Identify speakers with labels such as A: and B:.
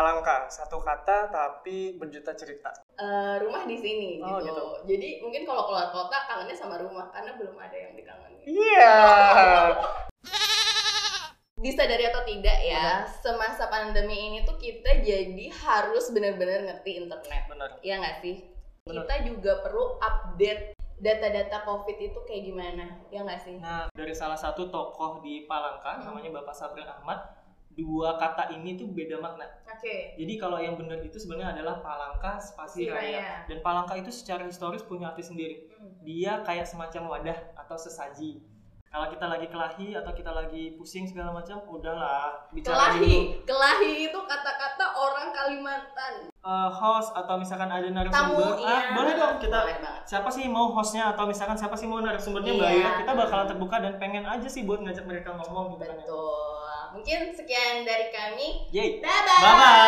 A: Palangka, satu kata tapi berjuta cerita.
B: Eh, rumah di sini
A: Oh,
B: gitu.
A: gitu.
B: Jadi mungkin kalau keluar kota kangennya sama rumah karena belum ada yang dikangenin.
A: Iya.
B: Disadari atau tidak ya, semasa pandemi ini tuh kita jadi harus benar-benar ngerti internet.
A: Benar.
B: Iya nggak sih?
A: Bener.
B: Kita juga perlu update data-data COVID itu kayak gimana, ya nggak sih?
A: Nah, dari salah satu tokoh di Palangka,
B: Hmm.
A: namanya Bapak Sabril Ahmad, dua kata ini tuh beda makna.
B: Oke.
A: Jadi kalau yang benar itu sebenarnya adalah Palangka spasi
B: Spasi Raya.
A: raya. Dan Palangka itu secara historis punya arti sendiri.
B: Hmm.
A: Dia kayak semacam wadah atau sesaji. Kalau kita lagi kelahi atau kita lagi pusing segala macam, udahlah bicara dulu.
B: Kelahi, kelahi itu kata-kata orang Kalimantan.
A: Eh, host atau misalkan ada
B: Tamu,
A: narasumber,
B: iya.
A: ah, boleh dong kita
B: Boleh banget.
A: siapa sih mau hostnya atau misalkan siapa sih mau narasumbernya
B: Iya.
A: mbak ya kita bakalan terbuka dan pengen aja sih buat ngajak mereka ngomong gitu kan ya.
B: Betul. Mungkin sekian dari kami.
A: Yeay.
B: Dadah.
A: Bye-bye.